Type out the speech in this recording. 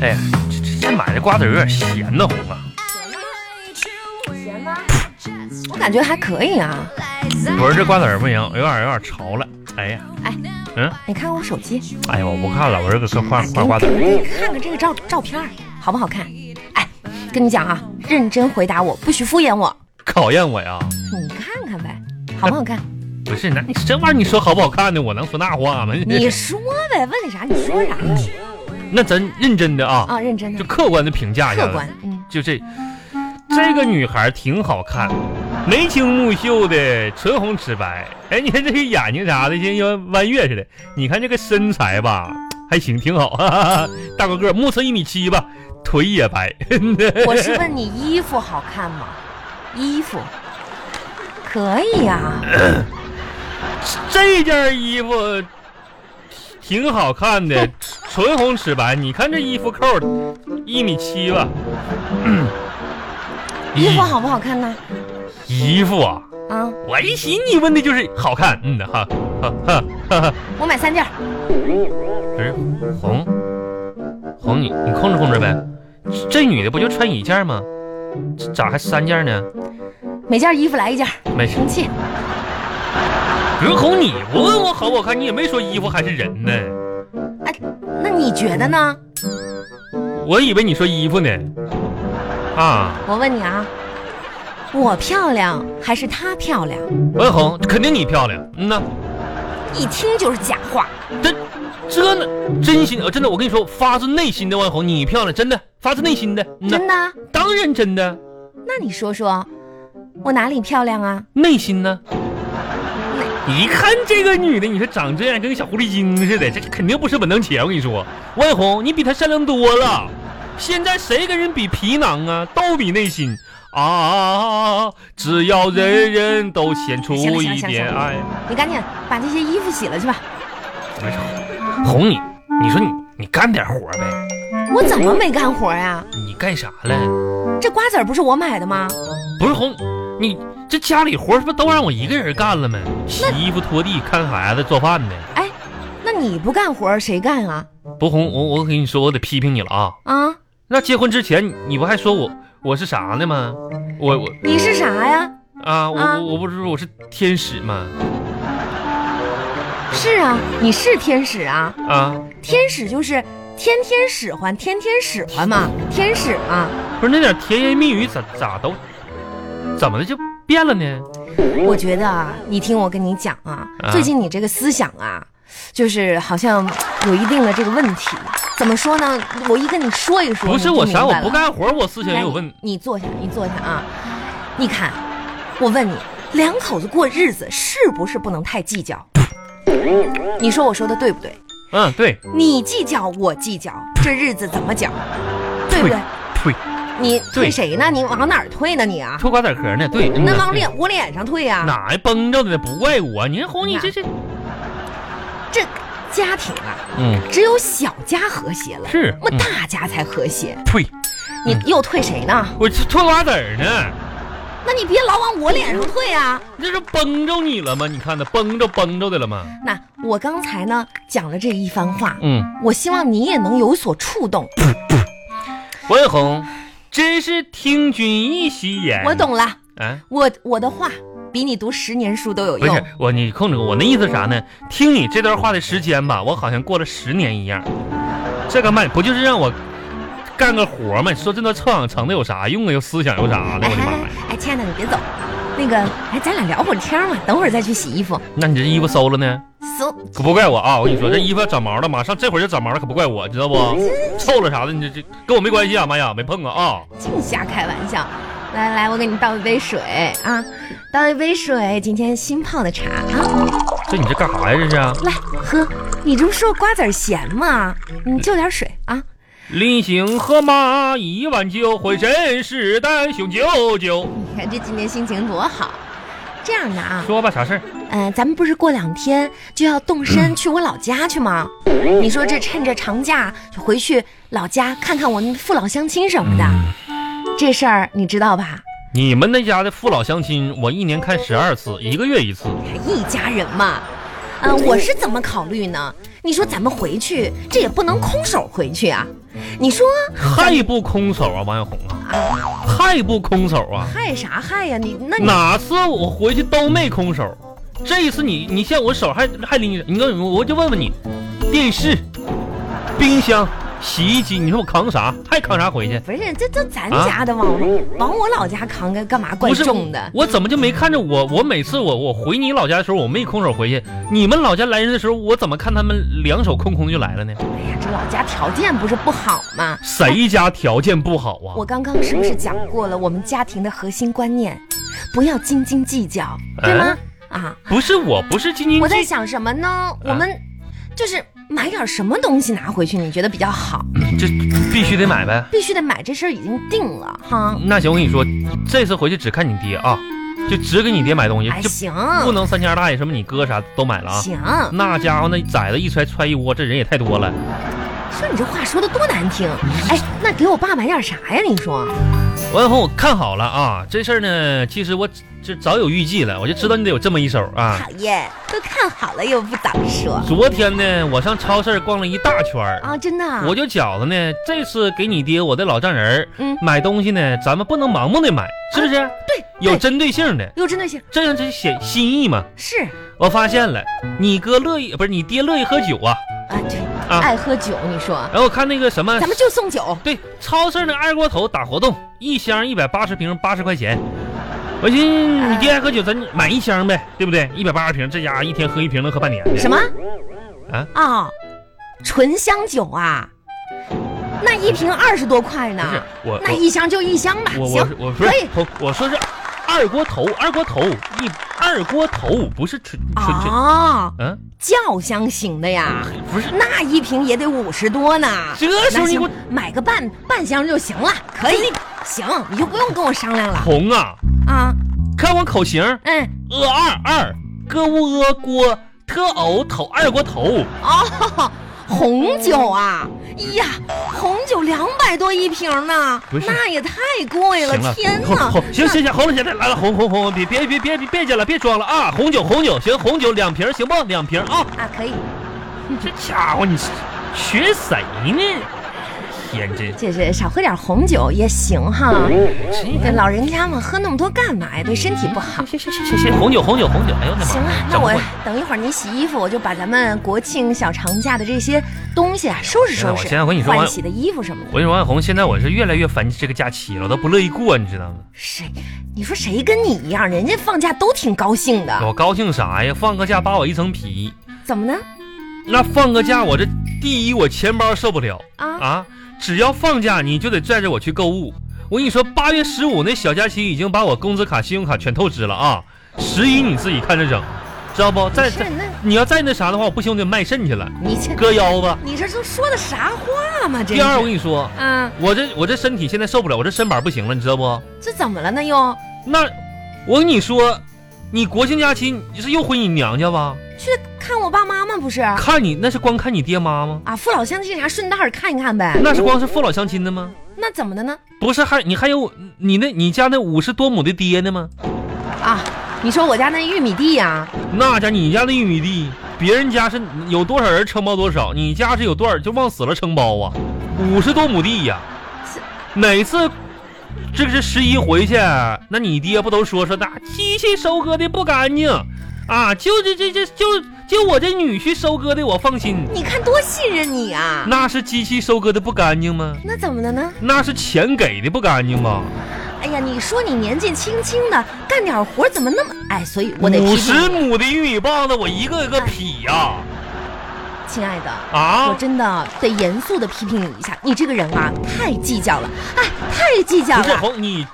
哎呀，这这这买的瓜子儿有点咸的红啊！咸吗？我感觉还可以啊。我说这瓜子儿不行，有点有点潮了。哎呀，哎，嗯，你看我手机，哎呀，我不看了，我这个换给换你瓜子给儿。你看看这个照照片儿好不好看？哎，跟你讲啊，认真回答我，不许敷衍我。考验我呀？你看看呗，好不好看？不是，那你这玩意儿你说好不好看呢？我能说那话吗？ 你说呗，问你啥你说啥那咱认真的啊，啊？认真就 的，客观的评价一下客子。观，嗯，就这，这个女孩挺好看，眉清目秀的，唇红齿白。哎，你看这个眼睛啥的，像弯月似的。你看这个身材吧，还行，挺好。 哈哈哈大高个，目测一米七吧，腿也白。 我是问你衣服好看吗？衣服可以啊，这件衣服挺好看 的，唇红齿白。你看这衣服扣，一米七吧。嗯衣服好不好看呢？衣服啊，啊，我一寻你问的就是好看，嗯哈哈哈哈哈。我买三件儿，不是红红你你控制控制呗，这这女的不就穿一件吗？这咋还三件呢？每件衣服来一件儿，没事，生气。不是红你不问我好不好看，你也没说衣服还是人呢，哎，那你觉得呢？我以为你说衣服呢。啊，我问你啊，我漂亮还是她漂亮？文红肯定你漂亮，嗯呐，一听就是假话。这这呢真心呃真的，我跟你说，发自内心的文红你漂亮，真的发自内心的，嗯呐真，的啊？当然真的，那你说说，我哪里漂亮啊？内心呢？你一看这个女的，你说长这样跟个小狐狸精似的，这肯定不是本能姐。我跟你说，万红，你比她善良多了。现在谁跟人比皮囊啊？都比内心啊！只要人人都献出行了行了一行了行点了爱。你赶紧把这些衣服洗了去吧。哎呀红你，你说你你干点活呗？我怎么没干活呀、你干啥了？这瓜子儿不是我买的吗？不是红，你这家里活儿是不是都让我一个人干了吗？洗衣服、拖地、看孩子、做饭呢？哎，那你不干活儿谁干啊？不红，我我跟你说，我得批评你了啊！啊，那结婚之前，你你不还说我我是啥呢吗？我我你是啥呀？啊，我啊我我不是说我是天使吗？是啊，你是天使啊，啊，天使就是天天使唤，天天使唤嘛，天使啊嘛。不是那点甜言蜜语咋咋都怎么的就变了呢？我觉得啊，你听我跟你讲啊，啊最近你这个思想啊，就是好像有一定的这个问题。怎么说呢？我一跟你说一说，不是我你就啥明我白了不干活，我思想也来有你问。你坐下，你坐下啊！你看，我问你，两口子过日子是不是不能太计较？你说我说的对不对？嗯，对，你计较，我计较，这日子怎么讲？对不对？退你对推谁呢？你往哪儿推呢？你啊，脱瓜子壳呢？对，嗯那呐往对脸我脸上推啊！哪还绷着的呢？不怪我，你看红你这这这家庭啊，嗯只有小家和谐了，是那嗯么大家才和谐。退，你又推谁呢？我这脱瓜子儿呢，那你别老往我脸上推啊！这是绷着你了吗？你看那绷着绷着的了吗？那我刚才呢讲了这一番话，嗯。哎我希望你也能有所触动。文红，真是听君一席言。我懂了，啊，我我的话比你读十年书都有不是用。我，你控制我，我那意思是啥呢？听你这段话的时间吧，我好像过了十年一样。这个慢不就是让我干个活吗？说这段臭氧层的有啥用啊？有思想有啥呢？哎我的哎妈哎呀！哎，亲爱的，你别走，那个哎，咱俩聊会儿天嘛，等会儿再去洗衣服。那你这衣服馊了呢？搜，可不怪我啊！我跟你说，这衣服要长毛了，马上这会儿就长毛了，可不怪我，知道不？嗯臭了啥的，你这这跟我没关系啊！妈呀，没碰啊啊！净瞎开玩笑。来来，我给你倒一杯水啊，倒一杯水，今天新泡的茶啊，这你这干啥呀？这是来喝。你这不说瓜子儿咸吗？你就点水啊。临行河马一碗酒，浑身是胆雄赳赳。你看这今天心情多好。这样的啊，说吧，啥事儿？呃，咱们不是过两天就要动身去我老家去吗？你说这趁着长假就回去老家看看我们父老乡亲什么的，这事儿你知道吧？你们那家的父老乡亲，我一年看十二次，一个月一次。一家人嘛，呃嗯、我是怎么考虑呢？你说咱们回去，这也不能空手回去啊。你说太不空手啊，王小红啊，太不空手啊！害啥害呀、你那你哪次我回去都没空手，这一次你你像我手还还拎着，你跟我我就问问你，电视、冰箱、洗衣机，你说我扛啥？还扛啥回去？不是这这咱家的往、往我老家扛个干嘛？怪不是重的。我怎么就没看着我？我每次我我回你老家的时候，我没空手回去。你们老家来人的时候，我怎么看他们两手空空就来了呢？哎呀，这老家条件不是不好吗？谁家条件不好啊？我刚刚是不是讲过了我们家庭的核心观念，不要斤斤计较，对吗？啊，不是我，不是斤斤我在计想什么呢？我们就是买点什么东西拿回去，你觉得比较好？这必须得买呗。必须得买，这事儿已经定了哈。那行，我跟你说，这次回去只看你爹啊，就只给你爹买东西，哎，就行不能三家大爷什么你哥啥都买了啊。行，那家伙那崽子一揣揣一窝，这人也太多了。说你这话说的多难听。哎，那给我爸买点啥呀？你说王小红，我看好了啊，这事儿呢，其实我这早有预计了，我就知道你得有这么一手啊。讨厌，都看好了又不早说昨天呢，我上超市逛了一大圈儿，啊！真的啊，我就觉得呢，这次给你爹我的老丈人儿嗯哎买东西呢，咱们不能盲目的买，是不是？对有针对性的，有针对性这样才显心意嘛。是我发现了，你哥乐意不是你爹乐意喝酒啊，啊，对，啊爱喝酒，你说然后我看那个什么咱，们就送酒，对，超市那二锅头打活动，一箱一百八十瓶，八十块钱。我寻思你爹爱喝酒，咱买一箱呗，对不对？一百八十瓶，这家伙一天喝一瓶能喝半年。什么？啊哦纯香酒啊，那一瓶二十多块呢不是，我那一箱就一箱吧，我我行，我我不是可以我我说是二锅头，二锅头一二锅头不是纯纯纯哦，嗯、酱香型的呀，不是。那一瓶也得五十多呢。这时候那你给行我，买个半半箱就行了，可以，行，你就不用跟我商量了红啊，啊，看我口型，嗯，呃二二哥乌呃锅特偶头二锅头，哦，红酒啊，呀，红酒两百多一瓶呢不，是那也太贵了，行了，哎天红哪！红行行行，红了，行了，来了，红红红，别别别别别介了，别装了啊！红酒红酒，行，红酒两瓶行不？两瓶啊！啊，可以，这家伙你是学谁呢？天真是，就是少喝点红酒也行哈。嗯这老人家嘛，喝那么多干嘛呀？对身体不好。行行行行行，红酒红酒红酒，哎呦我的妈！行啊，那整我混等一会儿你洗衣服，我就把咱们国庆小长假的这些东西啊收拾收哎我拾。现在我跟你说换完洗的衣服什么的我。跟你说，王小红，现在我是越来越烦这个假期了，我都不乐意过，你知道吗？谁？你说谁跟你一样？人家放假都挺高兴的，我高兴啥呀？放个假扒我一层皮，怎么呢？那放个假我这第一我钱包受不了。啊，啊，只要放假你就得拽着我去购物。我跟你说，八月十五那小假期已经把我工资卡、信用卡全透支了啊！十一你自己看着整，知道不？再是再，那，你要再那啥的话，我不行，我得卖肾去了，你这割腰子。你这都说的啥话嘛？这第二，我跟你说，啊，我这我这身体现在受不了，我这身板不行了，你知道不？这怎么了呢？又那我跟你说，你国庆假期你是又回你娘家吧？去看我爸妈吗？不是啊，看你那是光看你爹妈吗？父老乡亲啥，顺道儿看一看呗。那是光是父老乡亲的吗？那怎么的呢？不是还你还有你那你家那五十多亩的爹呢吗？啊，你说我家那玉米地呀、那家你家的玉米地，别人家是有多少人承包多少，你家是有多少就往死了承包啊，五十多亩地呀、是哪次这个是十一回去，啊那你爹不都说说那机器收割的不干净啊？就这这这就就我这女婿收割的，我放心，你看多信任你啊！那是机器收割的不干净吗？那怎么的呢？那是钱给的不干净吗？哎呀，你说你年纪轻轻的，干点活儿怎么那么……哎，所以我得批五评十你，亩的玉米棒子，我一个一个劈呀亲爱的。啊！我真的得严肃的批评你一下，你这个人啊，太计较了，哎，太计较不是了。红，你